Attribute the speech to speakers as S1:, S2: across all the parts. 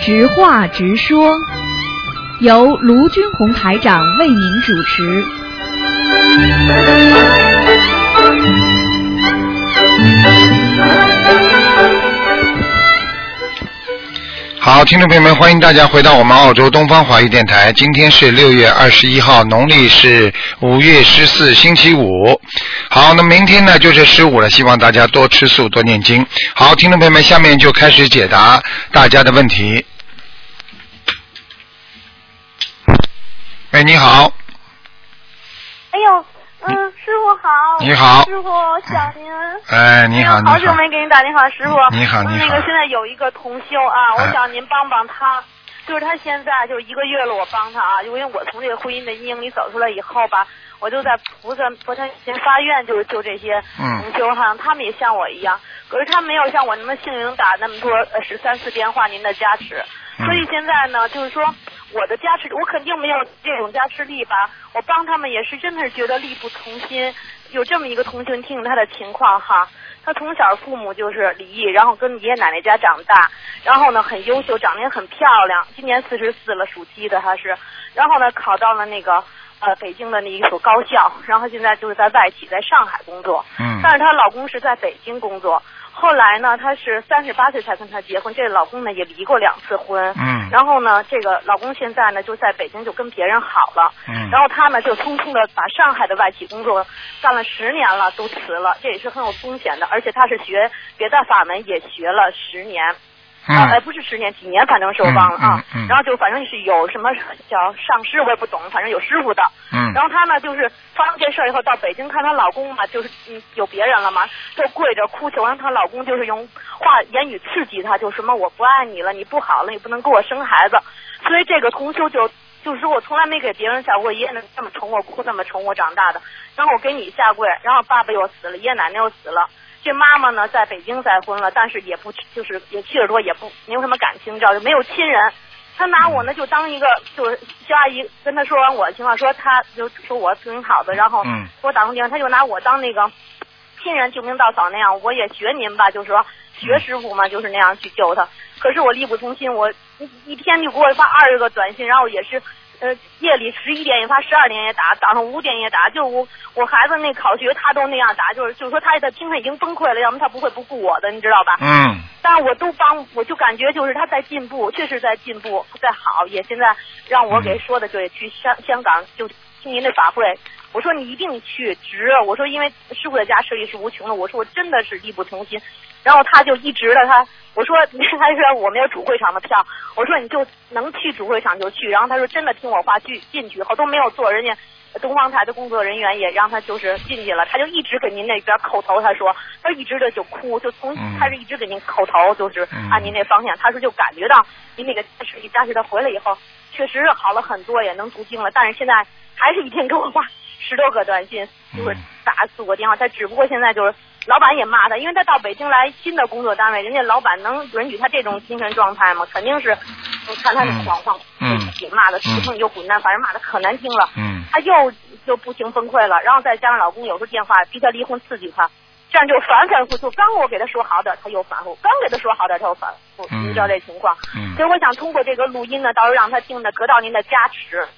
S1: 直话直说，由卢军红台长为您主持。
S2: 好，听众朋友们，欢迎大家回到我们澳洲东方华语电台。今天是六月二十一号，农历是五月十四，星期五。好，那明天呢就是十五了，希望大家多吃素，多念经。好，听众朋友们，下面就开始解答大家的问题。喂，你好，
S3: 哎呦，嗯，师傅好。
S2: 你好
S3: 师傅，我想您。
S2: 哎，你好，你
S3: 好
S2: 好，
S3: 久没给您打电话，师傅。
S2: 你好你好
S3: 那个现在有一个同修啊，
S2: 哎
S3: 我想您帮帮他，就是他现在就是一个月了，我帮他啊，因为我从这个婚姻的阴影里走出来以后吧，我就在菩萨佛前前发愿，就是救这些
S2: 嗯
S3: 同修哈，他们也像我一样，可是他没有像我那么幸运打那么多呃十三次电话您的加持，
S2: 嗯
S3: 所以现在呢，就是说我的加持，我肯定没有这种加持力吧。我帮他们也是真的是觉得力不从心。有这么一个同学，你听听他的情况哈。他从小父母就是离异，然后跟爷爷奶奶家长大，然后呢很优秀，长得也很漂亮，今年四十四了，属鸡的他是。然后呢考到了那个呃北京的那一所高校，然后现在就是在外企，在上海工作。
S2: 嗯
S3: 但是她老公是在北京工作。后来呢，她是三十八岁才跟他结婚，这老公呢也离过两次婚。
S2: 嗯
S3: 然后呢，这个老公现在呢就在北京就跟别人好了，
S2: 嗯
S3: 然后她呢就匆匆的把上海的外企工作干了十年了都辞了，这也是很有风险的，而且她是学别的法门也学了十年，啊，哎，
S2: 嗯
S3: 不是十年，几年，反正是我忘了
S2: 嗯
S3: 啊。
S2: 嗯嗯
S3: 然后就反正是有什么叫上师，我也不懂，反正有师傅的。
S2: 嗯
S3: 然后她呢，就是发生这事儿以后，到北京看她老公嘛，就是嗯有别人了嘛，就跪着哭求，让她老公就是用话言语刺激她，就什么我不爱你了，你不好了，你不能给我生孩子。所以这个同修就就是说我从来没给别人下过，爷爷奶奶这么宠我，哭这么宠我长大的，然后我给你下跪，然后爸爸又死了，爷爷奶奶又死了。这妈妈呢，在北京再婚了，但是也不就是也七十多，也不没有什么感情，你知道，就没有亲人。他拿我呢，就当一个就是肖阿姨跟他说完我的情况，说他就说我挺好的，然后
S2: 嗯
S3: 给我打通电话，他就拿我当那个亲人救命稻草那样，我也学您吧，就是说学师傅嘛，就是那样去救他。可是我力不从心，我一一天就给我发二十个短信，然后也是。呃，夜里十一点也发，十二点也打，早上五点也打，就我我孩子那考学他都那样打，就是就是说他在精神已经崩溃了，要么他不会不顾我的，你知道吧？
S2: 嗯
S3: 但是我都帮，我就感觉就是他在进步，确实在进步，在好，也现在让我给说的就也去香香港就听您的法会，我说你一定去值，我说因为师傅的加持力是无穷的，我说我真的是力不从心，然后他就一直的他，我说 他说我没有主会场的票，我说你就能去主会场就去，然后他说真的听我话去进去，好都没有做，人家东方台的工作人员也让他就是进去了，他就一直给您那边叩头，他说他一直的就哭，就从
S2: 嗯
S3: 开始一直给您叩头，就是
S2: 嗯
S3: 按您那方向，他说就感觉到您那个加持力加持，他回来以后确实好了很多，也能读经了，但是现在还是一天给我发 十多个短信，就是打四五个电话，他只不过现在就是老板也骂他，因为他到北京来新的工作单位，人家老板能允许他这种精神状态吗？肯定是，我看他那
S2: 嗯
S3: 状况，
S2: 嗯
S3: 也骂的师傅你就滚蛋，反正骂的可难听了。
S2: 嗯
S3: 她又就不停崩溃了，然后再加上老公有时候电话逼她离婚刺激她，这样就反反复复。刚我给她说好点儿，她又反复；刚给她说好点儿，她又反复。
S2: 嗯
S3: 您知道这情况，
S2: 嗯
S3: 所以我想通过这个录音呢，到时候让她听的，得到您的加持。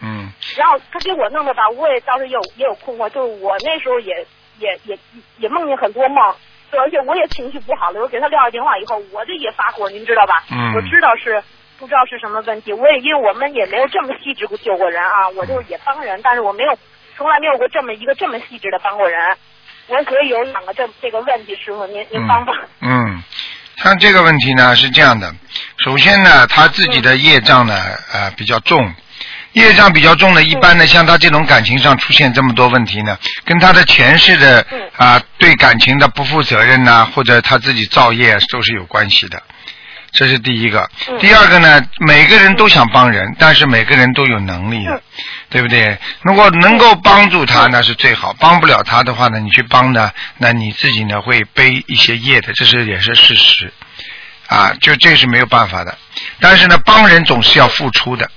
S2: 嗯
S3: 然后她给我弄的吧，我也当时也有也有困惑，就是我那时候也也也也梦见很多梦。对，而且我也情绪不好了，我给她撂下电话以后，我这也发火，您知道吧？
S2: 嗯
S3: 我知道是不知道是什么问题，我也因为我们也没有这么细致过救过人啊，我就是也帮人，但是我没有从来没有过这么一个这么细致的帮过人。我所以有两个这这个问题，师傅您您帮帮。
S2: 嗯，像这个问题呢是这样的，首先呢，他自己的业障呢，呃，比较重。业障比较重的，一般呢，像他这种感情上出现这么多问题呢，跟他的前世的
S3: 嗯
S2: 啊、对感情的不负责任呐、或者他自己造业都是有关系的，这是第一个。
S3: 嗯
S2: 第二个呢，每个人都想帮人，但是每个人都有能力的
S3: 嗯，
S2: 对不对？如果能够帮助他，那是最好；帮不了他的话呢，你去帮呢，那你自己呢会背一些业的，这是也是事实。啊，就这是没有办法的，但是呢，帮人总是要付出的。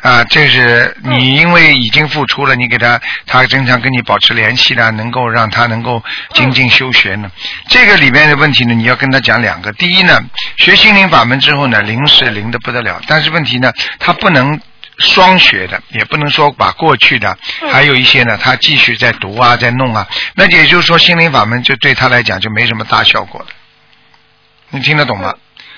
S2: 啊，这是
S3: 嗯
S2: 你因为已经付出了，你给他，他经常跟你保持联系的，能够让他能够精进修学呢。这个里面的问题呢，你要跟他讲两个。第一呢，学心灵法门之后呢，灵是灵的不得了，但是问题呢，他不能。双学的，也不能说把过去的，
S3: 嗯
S2: 还有一些呢，他继续在读啊，在弄啊，那也就是说，心灵法门就对他来讲就没什么大效果了。你听得懂吗？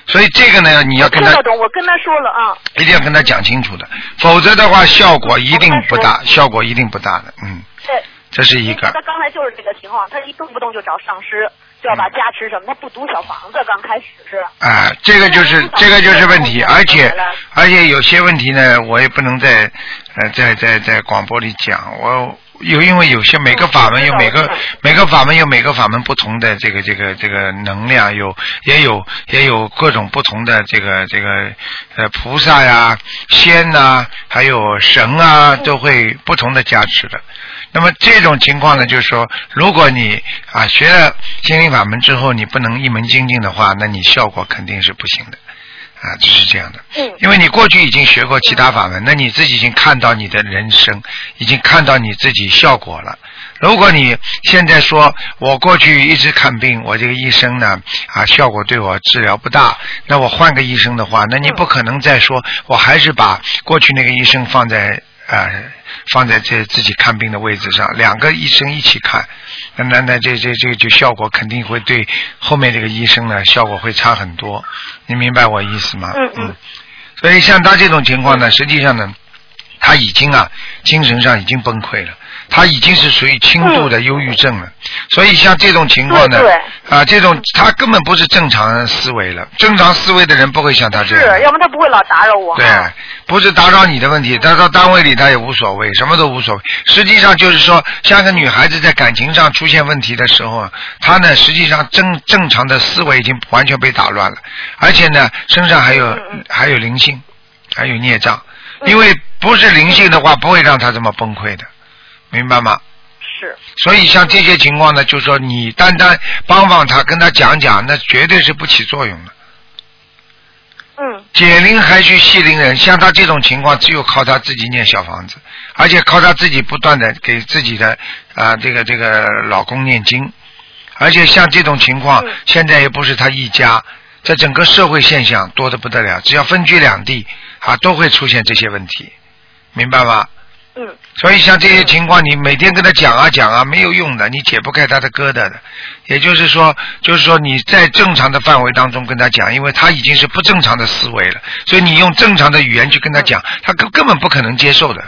S2: 所以这个呢，你要跟
S3: 听
S2: 他
S3: 得懂，嗯我跟他说了啊，
S2: 一定要跟他讲清楚的，否则的话效果一定不大，效果一定不大的，嗯，
S3: 对，
S2: 这是一个
S3: 他，刚才就是这个情况，他一动不动就找上师，就要把加持什么，他不读小房子，刚开始是。
S2: 啊，这个就是这个就是问题，而且而且有些问题呢，我也不能在呃在在在广播里讲，我有因为有些每个法门有每
S3: 嗯我知
S2: 个
S3: 道
S2: 每个法门有每个法门不同的这个这个这个能量，有也有也有各种不同的这个这个呃菩萨呀、仙呐、还有神啊，
S3: 嗯
S2: 都会不同的加持的。那么这种情
S3: 嗯
S2: 况呢，就是说，如果你啊学了心灵法门之后，你不能一门精进的话，那你效果肯定是不行的，啊，就是这样的。
S3: 嗯
S2: 因为你过去已经学过其他法门，那你自己已经看到你的人生，已经看到你自己效果了。如果你现在说我过去一直看病，我这个医生呢啊效果对我治疗不大，那我换个医生的话，那你不可能再说我还是把过去那个医生放在啊、呃放在这自己看病的位置上，两个医生一起看，那那那这这这就效果肯定会对后面这个医生呢效果会差很多，你明白我意思吗？
S3: 嗯嗯
S2: 所以像他这种情况呢，实际上呢，他已经啊精神上已经崩溃了，他已经是属于轻度的忧郁症了。所以像这种情况呢
S3: 嗯对对，
S2: 啊，这种他根本不是正常思维了，正常思维的人不会像他这
S3: 是，
S2: 样。
S3: 要不然他不会老打扰我。
S2: 对，不是打扰你的问题，他到单位里他也无所谓，什么都无所谓。实际上就是说，像个女孩子在感情上出现问题的时候啊，她呢实际上正正常的思维已经完全被打乱了，而且呢身上还有、
S3: 嗯嗯
S2: 还有灵性，还有孽障，
S3: 嗯
S2: 因为不是灵性的话，不会让她这么崩溃的，明白吗？
S3: 是，
S2: 所以像这些情况呢，就是说你单单帮帮她，跟她讲讲，那绝对是不起作用的。
S3: 嗯，
S2: 解铃还须系铃人，像他这种情况，只有靠他自己念小房子，而且靠他自己不断的给自己的啊、这个这个老公念经，而且像这种情况
S3: 嗯，
S2: 现在也不是他一家，在整个社会现象多的不得了，只要分居两地啊，都会出现这些问题，明白吗？
S3: 嗯，
S2: 所以像这些情况，你每天跟他讲啊讲啊，没有用的，你解不开他的疙瘩的。也就是说，就是说你在正常的范围当中跟他讲，因为他已经是不正常的思维了，所以你用正常的语言去跟他讲，他根根本不可能接受的。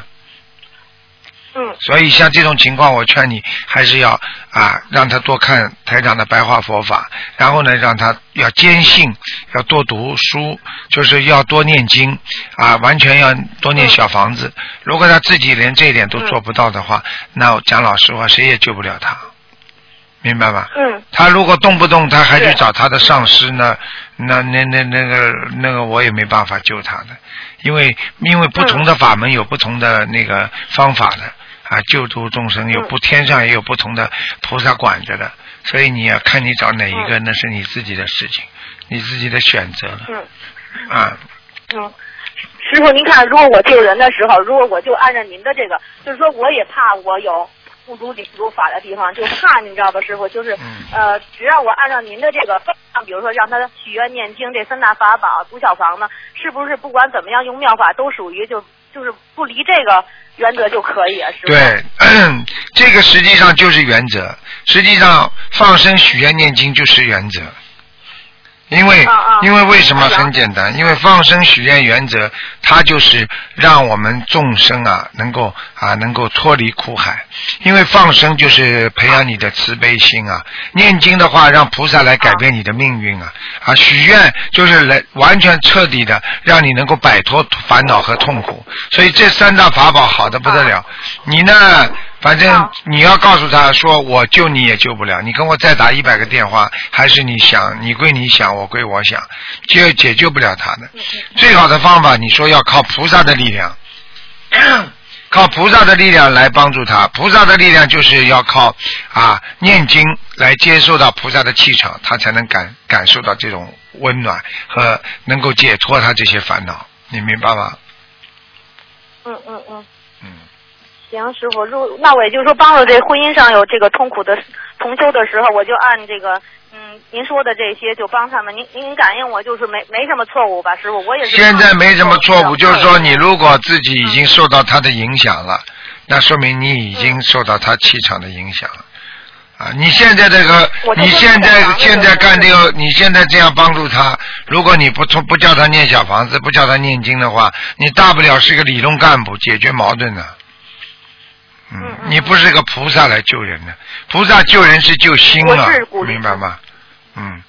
S3: 嗯，
S2: 所以像这种情况，我劝你还是要啊，让他多看台长的白话佛法，然后呢，让他要坚信，要多读书，就是要多念经啊，完全要多念小房子。如果他自己连这一点都做不到的话，那我讲老实话，谁也救不了他，明白吧？
S3: 嗯，
S2: 他如果动不动他还去
S3: 对
S2: 找他的上司呢，那那那那个那个我也没办法救他的，因为因为不同的法门有不同的那个方法的啊，救度众生有
S3: 嗯
S2: 不天上也有不同的菩萨管着的，所以你要看你找哪一个，那是你自己的事情，你自己的选择了
S3: 嗯，
S2: 啊。
S3: 嗯。师傅，您看，如果我救人的时候，如果我就按照您的这个，就是说，我也怕我有不如理如法的地方，就怕你知道吧，师傅，就是、
S2: 嗯
S3: 呃，只要我按照您的这个，比如说让他许愿、念经这三大法宝、读小房呢，是不是不管怎么样用妙法，都属于就就是不离这个原则就可以啊，师傅？，
S2: 对， 这个实际上就是原则，实际上放生、许愿、念经就是原则。因为、
S3: 啊啊
S2: 因为为什么
S3: 哎呀
S2: 很简单？因为放生许愿原则，它就是让我们众生啊能够啊能够脱离苦海。因为放生就是培养你的慈悲心啊，念经的话让菩萨来改变你的命运啊啊，许愿就是来完全彻底的让你能够摆脱烦恼和痛苦。所以这三大法宝好的不得了。你呢，反正
S3: 好
S2: 你要告诉他说，我救你也救不了，你跟我再打一百个电话，还是你想，你归你想，我归我想，就解救不了他的。最好的方法，你说要靠菩萨的力量，靠菩萨的力量来帮助他。菩萨的力量就是要靠啊念经来接受到菩萨的气场，他才能感感受到这种温暖和能够解脱他这些烦恼。你明白吗？
S3: 嗯嗯嗯，
S2: 嗯，
S3: 行，师傅，如那我也就是说，帮了这婚姻上有这个痛苦的重修的时候，我就按这个嗯您说的这些就帮他们。您您感应我就是没没什么错误吧，师傅，我也是。
S2: 现在没什么错误，就是说你如果自己已
S3: 嗯
S2: 经受到他的影响了，那说明你已经受到他气场的影响了。啊，你现在这个
S3: 嗯我，就
S2: 你
S3: 说
S2: 现在
S3: 小房子
S2: 现在干这
S3: 就
S2: 个，
S3: 是
S2: 你现在这样帮助他，如果你不从不叫他念小房子，不叫他念经的话，你大不了是个理论干部，解决矛盾的。
S3: 嗯
S2: 嗯，
S3: 嗯
S2: 你不是个菩萨来救人的，菩萨救人是救心
S3: 我
S2: 了
S3: 是鼓，励
S2: 明白吗？嗯，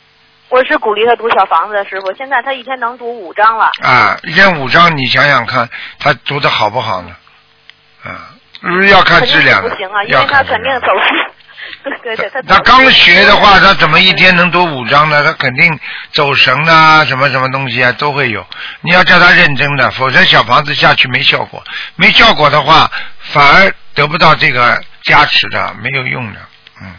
S3: 我是鼓励他读小房子，师傅。现在他一天能读五章了。
S2: 啊，一天五章，你想想看，他读的好不好呢？啊，要看
S3: 肯定
S2: 质
S3: 是
S2: 量
S3: 不
S2: 的，
S3: 行啊，因
S2: 要
S3: 为他
S2: 看质
S3: 肯定
S2: 量
S3: 走。对 对对，他
S2: 他刚学的话，他怎么一
S3: 天？
S2: 天能读五章呢？他肯定走神啊，什么什么东西啊都会有。你要叫他认真的，否则小房子下去没效果，没效果的话，反而得不到这个加持的，没有用的。嗯，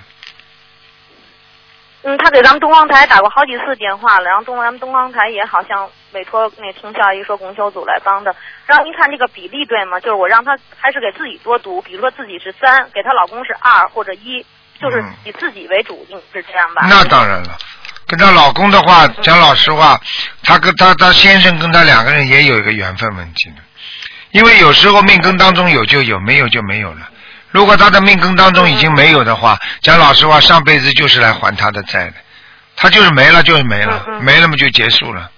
S3: 嗯，他给咱们东方台打过好几次电话了，然后东咱们东方台也好像委托那听校一说供修组来帮的。然后您看这个比例对吗？就是我让他还是给自己多读，比如说自己是三，给她老公是二或者一，就是
S2: 嗯
S3: 以自己为主，你是这样吧？嗯
S2: 那当然了。跟她老公的话，讲老实话，她跟她她先生跟她两个人也有一个缘分问题的，因为有时候命根当中有就有，没有就没有了。如果她的命根当中已经没有的话，讲老实话，上辈子就是来还她的债的，她就是没了就是没了，
S3: 嗯嗯
S2: 没了嘛就结束了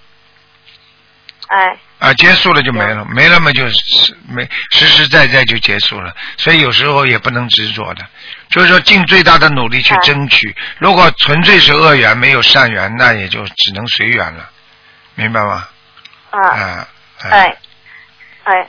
S3: 哎，
S2: 啊，结束了就没了，没了嘛就是没实实在在就结束了。所以有时候也不能执着的，就是说尽最大的努力去
S3: 哎
S2: 争取。如果纯粹是恶缘没有善缘，那也就只能随缘了，明白吗？
S3: 啊，
S2: 啊，
S3: 哎，哎。
S2: 嗯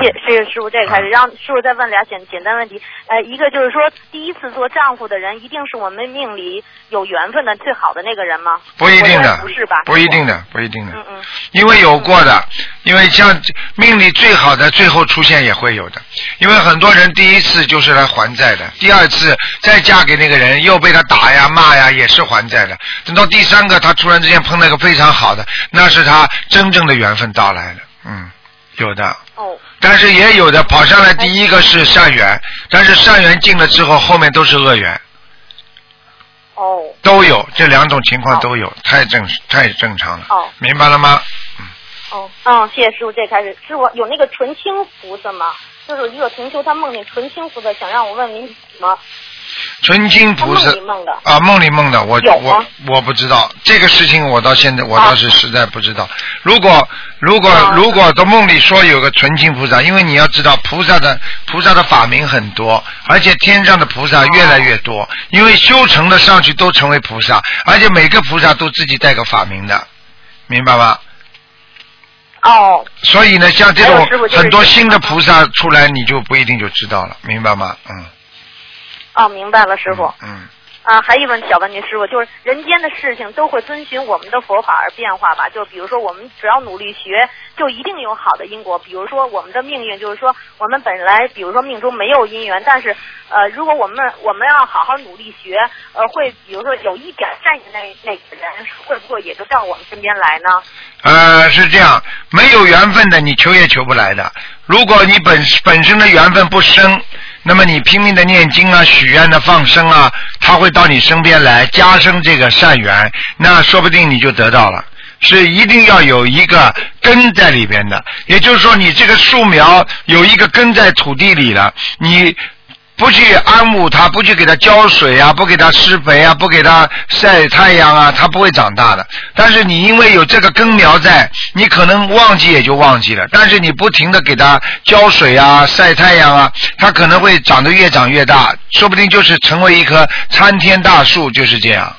S3: 谢谢谢师傅，这个开始，让师傅再问俩简简单问题。呃，一个就是说，第一次做丈夫的人，一定是我们命里有缘分的最好的那个人吗？
S2: 不一定
S3: 我觉
S2: 的
S3: 得不是吧，？
S2: 不一定。的，不一定的，
S3: 嗯嗯
S2: 因为有过的，因为像命里最好的最后出现也会有的，因为很多人第一次就是来还债的，第二次再嫁给那个人又被他打呀骂呀也是还债的，等到第三个他突然之间碰到一个非常好的，那是他真正的缘分到来了，嗯，有的，
S3: 哦，
S2: 但是也有的跑上来第一个是善缘，但是善缘进了之后后面都是恶缘，
S3: 哦，
S2: 都有这两种情况都有，太正太正常了，
S3: 哦
S2: 明白了吗？
S3: 哦，嗯，谢谢师傅，这开始。师傅有那个纯青菩萨吗？就是一个同修，他梦见纯青菩萨，想让我问您什么？
S2: 纯金
S3: 他
S2: 菩
S3: 梦
S2: 萨
S3: 里梦的。
S2: 啊，梦里梦的，我
S3: 有
S2: 我
S3: 吗
S2: 我不知道这个事情，我到现在我
S3: 啊
S2: 倒是实在不知道。如果如果、
S3: 啊
S2: 如果在梦里说有个纯金菩萨，因为你要知道菩萨的菩萨的法名很多，而且天上的菩萨越来越
S3: 啊
S2: 多，因为修成的上去都成为菩萨，而且每个菩萨都自己带个法名的，明白吗？
S3: 哦，
S2: 所以呢，像这
S3: 还有
S2: 种
S3: 师傅就是
S2: 很多新的菩萨出来，你就不一定就知道了，明白吗？嗯，
S3: 哦，明白了，师傅。
S2: 嗯，
S3: 啊，还一问小问题，师傅，就是人间的事情都会遵循我们的佛法而变化吧？就比如说，我们只要努力学，就一定有好的因果。比如说，我们的命运就是说，我们本来比如说命中没有姻缘，但是呃，如果我们我们要好好努力学，呃，会比如说有一点善意的那那个人，会不会也就到我们身边来呢？
S2: 呃，是这样，没有缘分的你求也求不来的。如果你本本身的缘分不深，那么你拼命的念经啊、许愿的、放生啊，他会到你身边来加深这个善缘，那说不定你就得到了。是一定要有一个根在里边的，也就是说，你这个树苗有一个根在土地里了，你不去安抚它，不去给它浇水啊，不给它施肥啊，不给它晒太阳啊，它不会长大的。但是你因为有这个根苗在，你可能忘记也就忘记了。但是你不停的给它浇水啊、晒太阳啊，它可能会长得越长越大，说不定就是成为一棵参天大树，就是这样。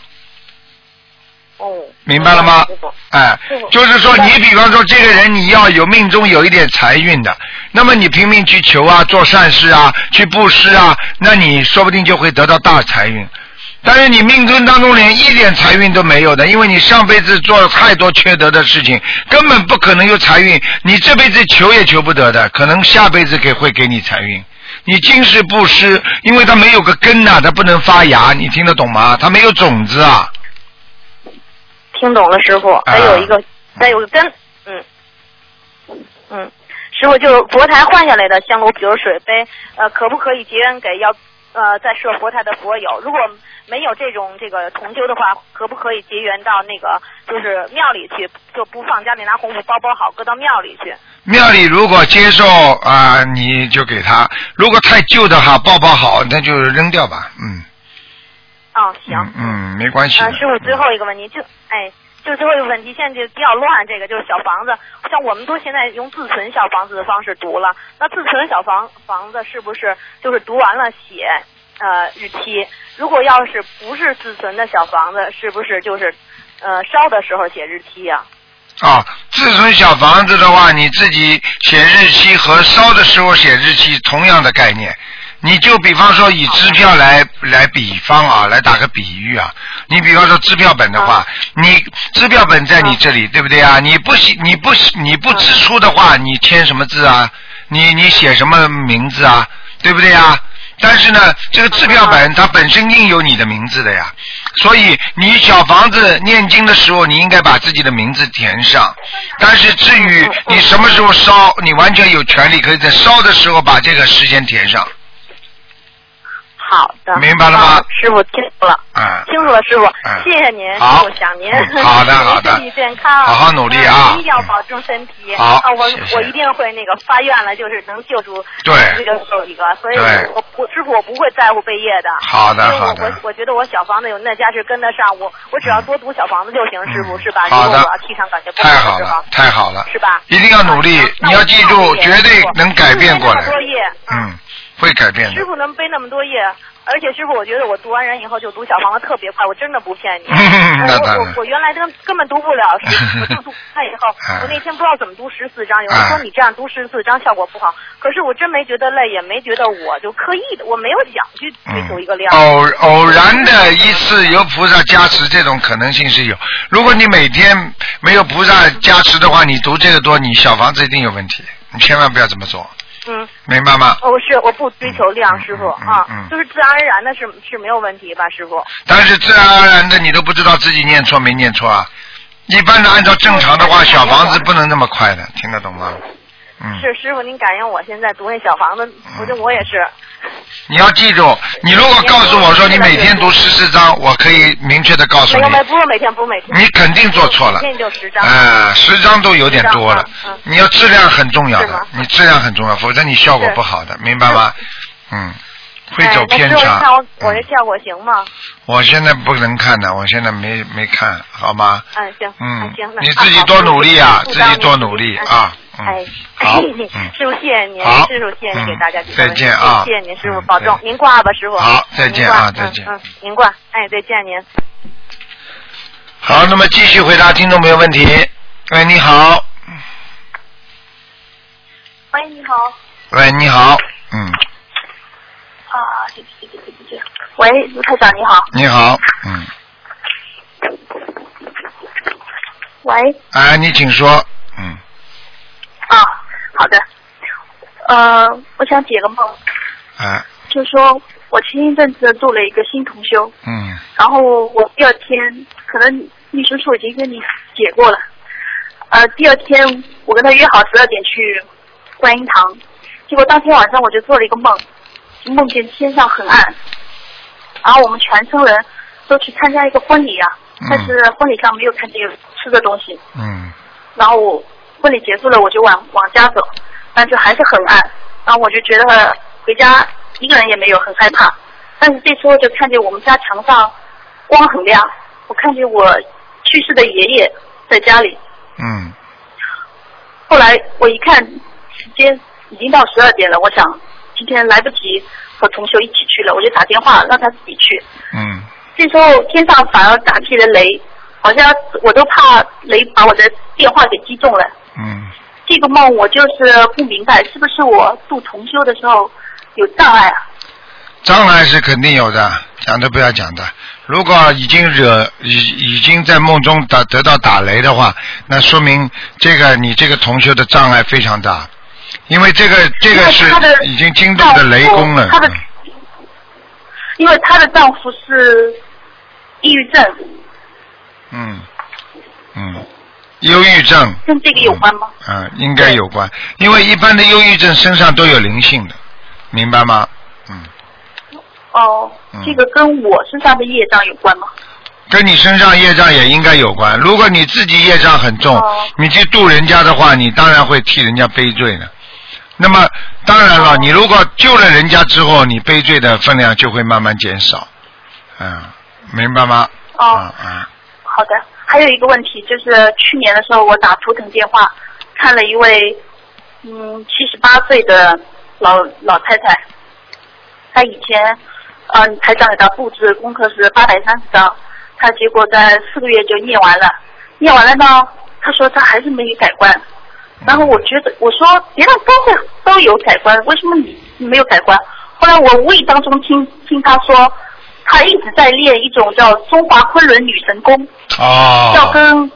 S3: 哦，
S2: 明白了吗
S3: 师傅？
S2: 哎，就是说，你比方说，这个人你要有命中有一点财运的，那么你拼命去求啊，做善事啊，去布施啊，那你说不定就会得到大财运。但是你命根当中连一点财运都没有的，因为你上辈子做了太多缺德的事情，根本不可能有财运。你这辈子求也求不得的，可能下辈子给会给你财运。你今世布施，因为它没有个根呐、它不能发芽，你听得懂吗？它没有种子啊。
S3: 听懂了，师傅。还有一个，还有一个根，嗯，嗯，师傅就是佛台换下来的香炉，比如水杯，呃，可不可以结缘给要呃在设佛台的佛友？如果没有这种这个同修的话，可不可以结缘到那个就是庙里去，就不放家里拿红布包包好，搁到庙里去？
S2: 庙里如果接受啊、你就给他；如果太旧的哈，抱抱好，那就扔掉吧。嗯，
S3: 哦，行。
S2: 嗯嗯，没关系的。
S3: 啊，师傅，最后一个问题，就哎，就最后一个问题，现在就比较乱，这个就是小房子，像我们都现在用自存小房子的方式读了，那自存小房房子是不是就是读完了写呃日期？如果要是不是自存的小房子，是不是就是呃烧的时候写日期呀、
S2: 啊，自存小房子的话，你自己写日期和烧的时候写日期同样的概念。你就比方说以支票来来比方啊，来打个比喻啊。你比方说支票本的话
S3: 啊，
S2: 你支票本在你这里，对不对啊？你不写你不你不支出的话，你签什么字啊？你你写什么名字啊？对不对啊？但是呢，这个支票本它本身印有你的名字的呀，所以你小房子念经的时候，你应该把自己的名字填上。但是至于你什么时候烧，你完全有权利可以在烧的时候把这个时间填上。
S3: 好的，
S2: 明白了吗
S3: 啊师傅清楚了，
S2: 啊、
S3: 清楚了，师傅
S2: 嗯，
S3: 谢谢您，
S2: 好
S3: 师傅想您
S2: 嗯，好 的好的
S3: 身体健康，
S2: 好好努力啊嗯
S3: 嗯一定要保重身体，
S2: 好
S3: 啊我
S2: 谢谢
S3: 我一定会那个发愿了，就是能救助
S2: 对
S3: 一个救一个，所以
S2: 对
S3: 我我师傅我不会在乎贝叶的，
S2: 好的
S3: 因为我
S2: 好的
S3: 我我觉得我小房子有那家是跟得上，我我只要多读小房子就行，师傅
S2: 嗯
S3: 是吧？
S2: 好
S3: 如果
S2: 的
S3: 我要气场感觉不
S2: 太
S3: 好
S2: 好
S3: 的时
S2: 了
S3: 候，
S2: 太好了，
S3: 是吧？
S2: 一定要努力
S3: 啊，
S2: 你要记住，绝对能改变过来
S3: 那。我背那么多页嗯
S2: 嗯，会改变
S3: 师
S2: 的。
S3: 傅能背那么多页，而且师傅，我觉得我读完人以后就读小房子特别快，我真的不骗你。
S2: 嗯那
S3: 呃
S2: 当
S3: 我
S2: 然
S3: 我我原来根根本读 不了十，我就读看以后
S2: 啊，
S3: 我那天不知道怎么读十四章，有人说
S2: 啊
S3: 你这样读十四章效果不好，可是我真没觉得累，也没觉得我就刻意的，我没有想去
S2: 嗯
S3: 追求一个量。
S2: 偶偶然的一次有菩萨加持，这种可能性是有。如果你每天没有菩萨加持的话，你读这个多，你小房子一定有问题。你千万不要这么做，
S3: 嗯，
S2: 明白吗？
S3: 哦，是我不追求量，师傅
S2: 嗯嗯嗯
S3: 啊
S2: 嗯，
S3: 就是自然而然的是是没有问题吧，师傅？
S2: 但是自然而然的，你都不知道自己念错没念错啊。一般的按照正常的话，小房子不能那么快的，听得懂吗？嗯，
S3: 是师傅，您感应我现在读那小房子，我就我也是，
S2: 你要记住，你如果告诉我说你每天读十四章，我可以明确的告诉
S3: 没
S2: 你
S3: 有，没不是每天，不是每天，
S2: 你肯定做错了
S3: 每。天就十张。
S2: 啊，十章都有点多了
S3: 十章嗯，
S2: 你要质量很重要
S3: 是
S2: 的
S3: 吗，
S2: 你质量很重要，否则你效果不好的，明白吗？嗯，会走偏
S3: 哎、那师傅，你看
S2: 差
S3: 我。我这
S2: 嗯
S3: 效果行吗？
S2: 我现在不能看的，我现在没没看，好吗？
S3: 嗯，行，
S2: 嗯
S3: 那行，那，
S2: 你自己多努力啊，自己多努力。
S3: 好好
S2: 啊。嗯
S3: 哎，
S2: 好，嗯
S3: 师傅谢谢您，
S2: 好
S3: 师傅谢谢您给
S2: 嗯
S3: 大家提供
S2: 再
S3: 的
S2: 见
S3: 信息
S2: 啊
S3: 谢谢您，师傅
S2: 嗯
S3: 保重
S2: 再，见
S3: 您挂吧，师傅。
S2: 好再见
S3: 您挂
S2: 啊再见
S3: 嗯，嗯您挂，哎，再见您。
S2: 好，那么继续回答听众朋友问题。喂，你好，
S4: 喂，你好。
S2: 喂，你好，嗯，
S4: 啊，对对对对对对。喂，卢台长你好。
S2: 你好，嗯，
S4: 喂。
S2: 哎，你请说，嗯，
S4: 啊，好的。呃，我想解个梦，
S2: 哎，
S4: 就说我前一阵子做了一个新同修，
S2: 嗯，
S4: 然后我第二天可能秘书处已经跟你解过了，呃，第二天我跟他约好十二点去观音堂，结果当天晚上我就做了一个梦，梦见天上很暗，然后我们全村人都去参加一个婚礼啊
S2: 嗯，
S4: 但是婚礼上没有看见有吃的东西，
S2: 嗯，
S4: 然后我婚礼结束了，我就往往家走，但是还是很暗。然后我就觉得回家一个人也没有，很害怕。但是这时候就看见我们家墙上光很亮，我看见我去世的爷爷在家里。
S2: 嗯，
S4: 后来我一看时间已经到十二点了，我想今天来不及和同修一起去了，我就打电话让他自己去。
S2: 嗯，
S4: 这时候天上反而打起了雷，好像我都怕雷把我的电话给击中了。
S2: 嗯，
S4: 这个梦我就是不明白，是不是我度同修的时候有障碍啊？
S2: 障碍是肯定有的，讲都不要讲的。如果已经惹已已经在梦中打得到打雷的话，那说明这个你这个同学的障碍非常大，因为这个这个是
S4: 因为他的
S2: 已经惊动的雷公了。
S4: 他的
S2: 嗯
S4: 因为她的丈夫是抑郁症，
S2: 嗯，嗯，忧郁症
S4: 跟这个有关吗？
S2: 啊，应该有关，因为一般的忧郁症身上都有灵性的，明白吗？嗯，
S4: 哦
S2: 嗯，
S4: 这个跟我身上的业障有关吗？
S2: 跟你身上业障也应该有关。如果你自己业障很重，
S4: 哦
S2: 你去度人家的话，你当然会替人家背罪的。那么当然
S4: 哦
S2: 了，你如果救了人家之后，你背罪的分量就会慢慢减少。嗯，明白吗？
S4: 哦
S2: 嗯嗯
S4: 好的，还有一个问题就是去年的时候我打图腾电话看了一位嗯七十八岁的老老太太，她以前嗯台长给她布置功课是八百三十张，她结果在四个月就念完了，念完了呢，她说她还是没有改观。然后我觉得，我说别人都会都有改观，为什么你你没有改观？后来我无意当中听听她说，她一直在练一种叫中华昆仑女神功，要
S2: 哦，
S4: 跟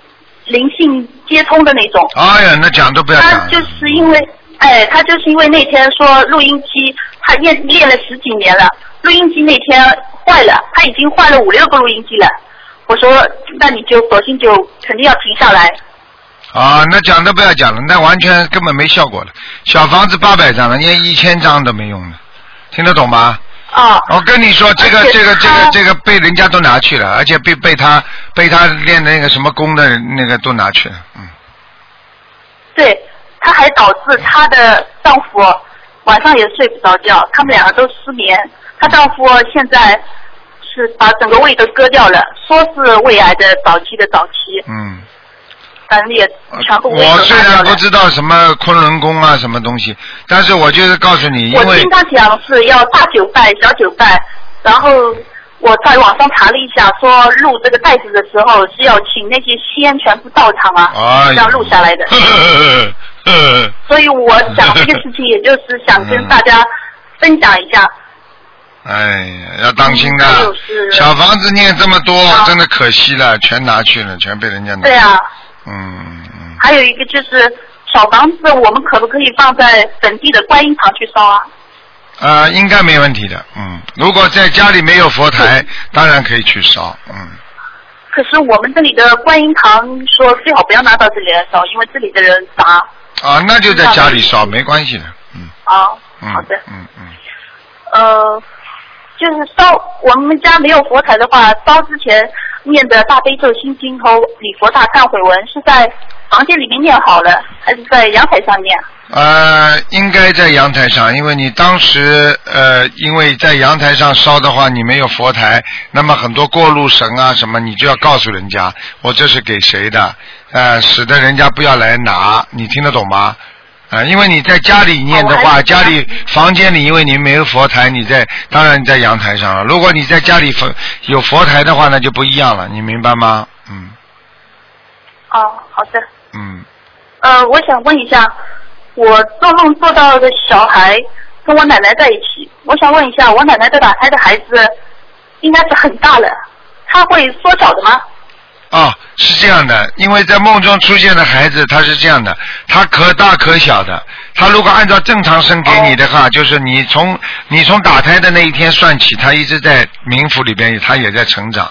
S4: 灵性接通的那种。
S2: 哎呀，那讲都不要讲
S4: 他
S2: 了。
S4: 就是因为，哎，他就是因为那天说录音机，他练练了十几年了，录音机那天坏了，他已经换了五六个录音机了。我说，那你就索性就肯定要停下来。
S2: 啊，那讲都不要讲了，那完全根本没效果了。小房子八百张了，连一千张都没用的，听得懂吗？
S4: 啊，
S2: 我跟你说，这个
S4: 而且
S2: 这个这个
S4: 他
S2: 这个被人家都拿去了，而且被被他被他练的那个什么功的那个都拿去了，嗯，
S4: 对，她还导致她的丈夫晚上也睡不着觉，他们两个都失眠。她丈夫现在是把整个胃都割掉了，说是胃癌的早期的早期，
S2: 嗯。
S4: 反正也全部胃
S2: 呃我
S4: 都
S2: 虽
S4: 拿掉
S2: 然不
S4: 了。
S2: 知道什么昆仑宫啊什么东西，但是我就是告诉你，因
S4: 我
S2: 为
S4: 听他讲是要大九拜、小九拜，然后我在网上查了一下，说录这个袋子的时候是要请那些仙全部到场啊，
S2: 哎
S4: 是要录 下来的。所以我讲这个事情，也就是想跟大家分享一下。
S2: 哎呀，要当心的
S4: 还有嗯是，
S2: 小房子念这么多，
S4: 啊
S2: 真的可惜了，全拿去了，全被人家拿。
S4: 对啊，
S2: 嗯。嗯，
S4: 还有一个就是小房子，我们可不可以放在本地的观音堂去烧啊？
S2: 呃，应该没问题的，嗯。如果在家里没有佛台，当然可以去烧，嗯。
S4: 可是我们这里的观音堂说最好不要拿到这里来烧，因为这里的人杂
S2: 啊，那就在家里烧，没关系的，嗯。
S4: 啊。
S2: 嗯
S4: 好的。
S2: 嗯嗯，
S4: 呃，就是烧我们家没有佛台的话，烧之前念的大悲咒、心经和礼佛大忏悔文是在房间里面念好了，还是在阳台上念？
S2: 呃，应该在阳台上，因为你当时呃，因为在阳台上烧的话，你没有佛台，那么很多过路神啊什么，你就要告诉人家，我这是给谁的，呃，使得人家不要来拿，你听得懂吗？啊、因为你在家里念的
S4: 哦我
S2: 话，
S4: 还
S2: 家里房间里，因为你没有佛台，你在当然你在阳台上了。如果你在家里佛有佛台的话，那就不一样了，你明白吗？嗯
S4: 哦，好的。
S2: 嗯。
S4: 呃，我想问一下，我做梦做到的小孩跟我奶奶在一起，我想问一下，我奶奶的打胎的孩子应该是很大了，他会缩小的吗？
S2: 啊、是这样的，因为在梦中出现的孩子，他是这样的，他可大可小的。他如果按照正常生给你的话，就是你从你从打胎的那一天算起，他一直在冥府里边，他也在成长。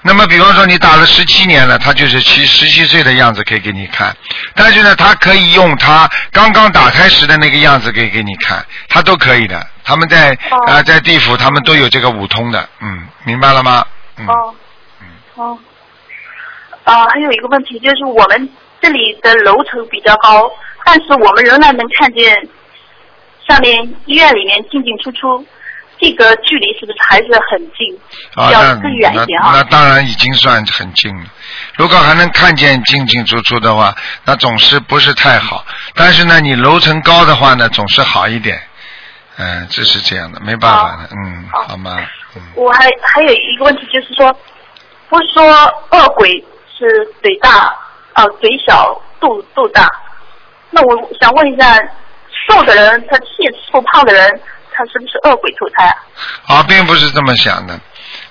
S2: 那么，比方说你打了十七年了，他就是七十七岁的样子可以给你看，但是呢，他可以用他刚刚打胎时的那个样子给给你看，他都可以的。他们在啊、
S4: 哦
S2: 呃在地府，他们都有这个五通的，嗯，明白了吗？嗯。
S4: 哦，哦，啊，还有一个问题就是我们这里的楼层比较高，但是我们仍然能看见下面医院里面进进出出，这个距离是不是还是很近？
S2: 啊，
S4: 要
S2: 那
S4: 更远一点
S2: 那那
S4: 啊。
S2: 当然已经算很近了。如果还能看见进进出出的话，那总是不是太好。但是呢，你楼层高的话呢，总是好一点。嗯，这是这样的，没办法的。嗯，
S4: 好
S2: 好吗？嗯，
S4: 我还还有一个问题就是说，不是说恶鬼是嘴大啊、嘴小肚肚大，那我想问一下，瘦的人他气瘦胖的人，他是不是恶鬼投胎啊？
S2: 啊，并不是这么想的。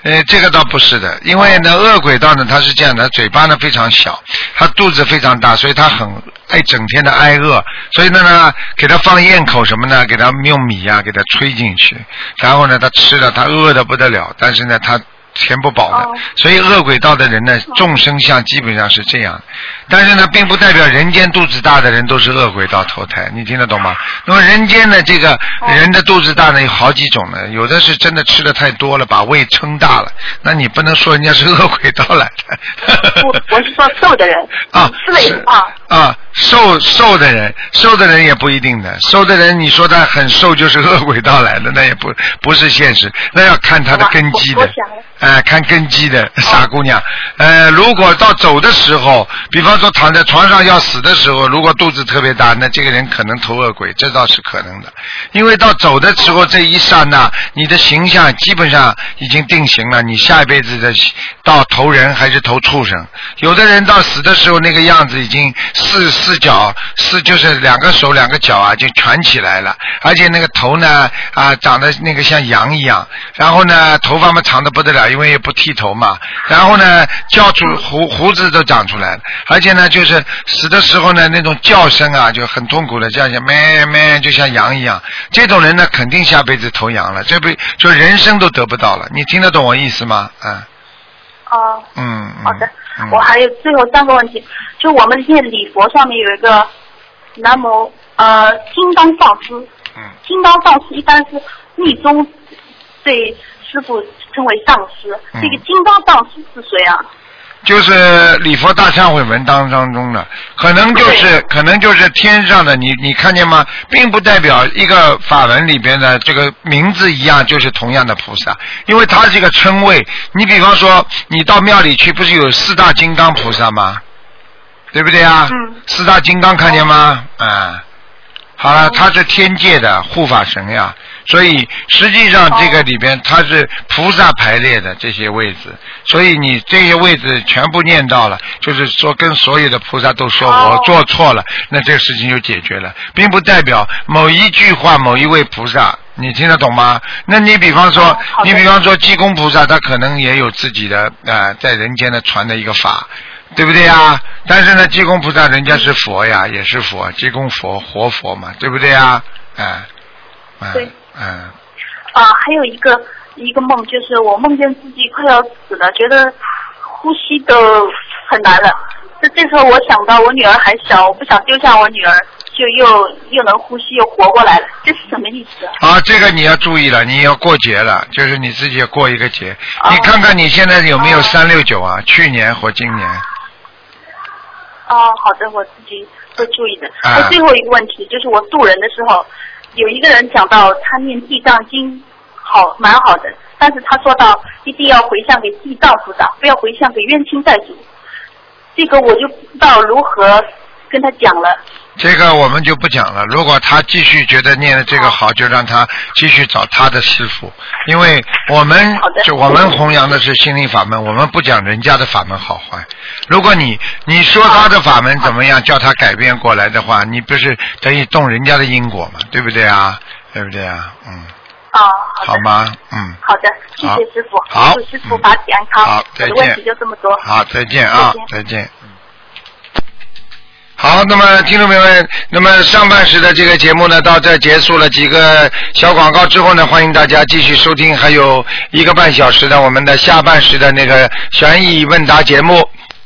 S2: 呃，这个倒不是的，因为呢，恶鬼道呢，它是这样的，嘴巴呢非常小，它肚子非常大，所以它很爱整天的挨饿，所以呢呢，给它放咽口什么呢？给它用米啊，给它吹进去，然后呢，它吃了，它饿的不得了，但是呢，它钱不保的，
S4: 哦
S2: 所以恶鬼道的人呢，众生相基本上是这样的。但是呢，并不代表人间肚子大的人都是恶鬼道投胎，你听得懂吗？那么人间的这个
S4: 哦
S2: 人的肚子大呢，有好几种呢，有的是真的吃的太多了，把胃撑大了，那你不能说人家是恶鬼道来的。
S4: 我我是说瘦的人，嗯
S2: 啊，
S4: 吃了也不胖，
S2: 啊，瘦瘦的人，瘦的人也不一定的，瘦的人你说他很瘦就是恶鬼道来的，那也不不是现实，那要看他的
S4: 好吧
S2: 根基
S4: 我
S2: 的
S4: 我想了，
S2: 哎、看根基的傻姑娘，呃，如果到走的时候，比方说躺在床上要死的时候，如果肚子特别大，那这个人可能投恶鬼，这倒是可能的，因为到走的时候这一刹那，你的形象基本上已经定型了，你下一辈子的到投人还是投畜生，有的人到死的时候那个样子已经四四脚四就是两个手两个脚啊就蜷起来了，而且那个头呢啊长得那个像羊一样，啊然后呢头发嘛长得不得了，因为也不剃头嘛，然后呢叫
S4: 嗯
S2: 出胡胡子都长出来了，而且呢就是死的时候呢那种叫声啊就很痛苦的叫像咩咩就像羊一样，这种人呢肯定下辈子投羊了，这辈就人生都得不到了，你听得懂我意思吗？啊
S4: 哦。
S2: 嗯嗯
S4: 好的，
S2: 嗯
S4: 我还有最后三个问题，就我们念礼佛上面有一个南无呃金刚上师，
S2: 嗯
S4: 金刚上师一般是密宗对师傅称为上师，
S2: 嗯
S4: 这个金刚上师是谁啊？
S2: 就是礼佛大忏悔文当当中的，可能就是
S4: 对
S2: 可能就是天上的，你你看见吗？并不代表一个法文里边的这个名字一样，就是同样的菩萨，因为它是一个称谓。你比方说，你到庙里去，不是有四大金刚菩萨吗？对不对啊？
S4: 嗯
S2: 四大金刚看见吗？啊，好
S4: 哦
S2: 了，他是天界的护法神呀，所以实际上这个里边它是菩萨排列的这些位置，所以你这些位置全部念到了，就是说跟所有的菩萨都说
S4: 哦
S2: 我做错了，那这个事情就解决了，并不代表某一句话某一位菩萨。你听得懂吗？那你比方说
S4: 哦，好的
S2: 你比方说济公菩萨，他可能也有自己的啊、呃在人间的传的一个法，对不对呀？但是呢，济公菩萨人家是佛呀，也是佛，济公佛活佛嘛，对不对呀？哎、嗯，
S4: 对
S2: 嗯，
S4: 啊，还有一个一个梦，就是我梦见自己快要死了，觉得呼吸都很难了。这这时候我想到我女儿还小，我不想丢下我女儿，就又又能呼吸又活过来了，这是什么意思啊？
S2: 啊，这个你要注意了，你要过节了，就是你自己也过一个节。
S4: 哦
S2: 你看看你现在有没有
S4: 哦
S2: 三六九啊？去年或今年？
S4: 哦，好的，我自己会注意的。
S2: 啊
S4: 还最后一个问题，就是我渡人的时候，有一个人讲到他念地藏经好蛮好的，但是他说到一定要回向给地藏菩萨，不要回向给冤亲债主。这个我就不知道如何跟他讲了。
S2: 这个我们就不讲了。如果他继续觉得念的这个好，就让他继续找他的师傅，因为我们
S4: 好的
S2: 就我们弘扬的是心灵法门，我们不讲人家的法门好坏。如果你你说他的法门怎么样，叫他改变过来的话，你不是等于动人家的因果嘛，对不对啊？对不对啊？嗯，
S4: 啊，
S2: 好
S4: 的，
S2: 吗？嗯，
S4: 好的，谢
S2: 好
S4: 谢师傅，
S2: 好嗯
S4: 祝师傅法体安康。
S2: 好，再
S4: 我的
S2: 见。
S4: 问题就这么多。
S2: 好，再见啊
S4: 再
S2: 再
S4: 见，
S2: 见。嗯好，那么听众朋友们，那么上半时的这个节目呢，到这儿结束了几个小广告之后呢，欢迎大家继续收听，还有一个半小时的我们的下半时的那个悬疑问答节目。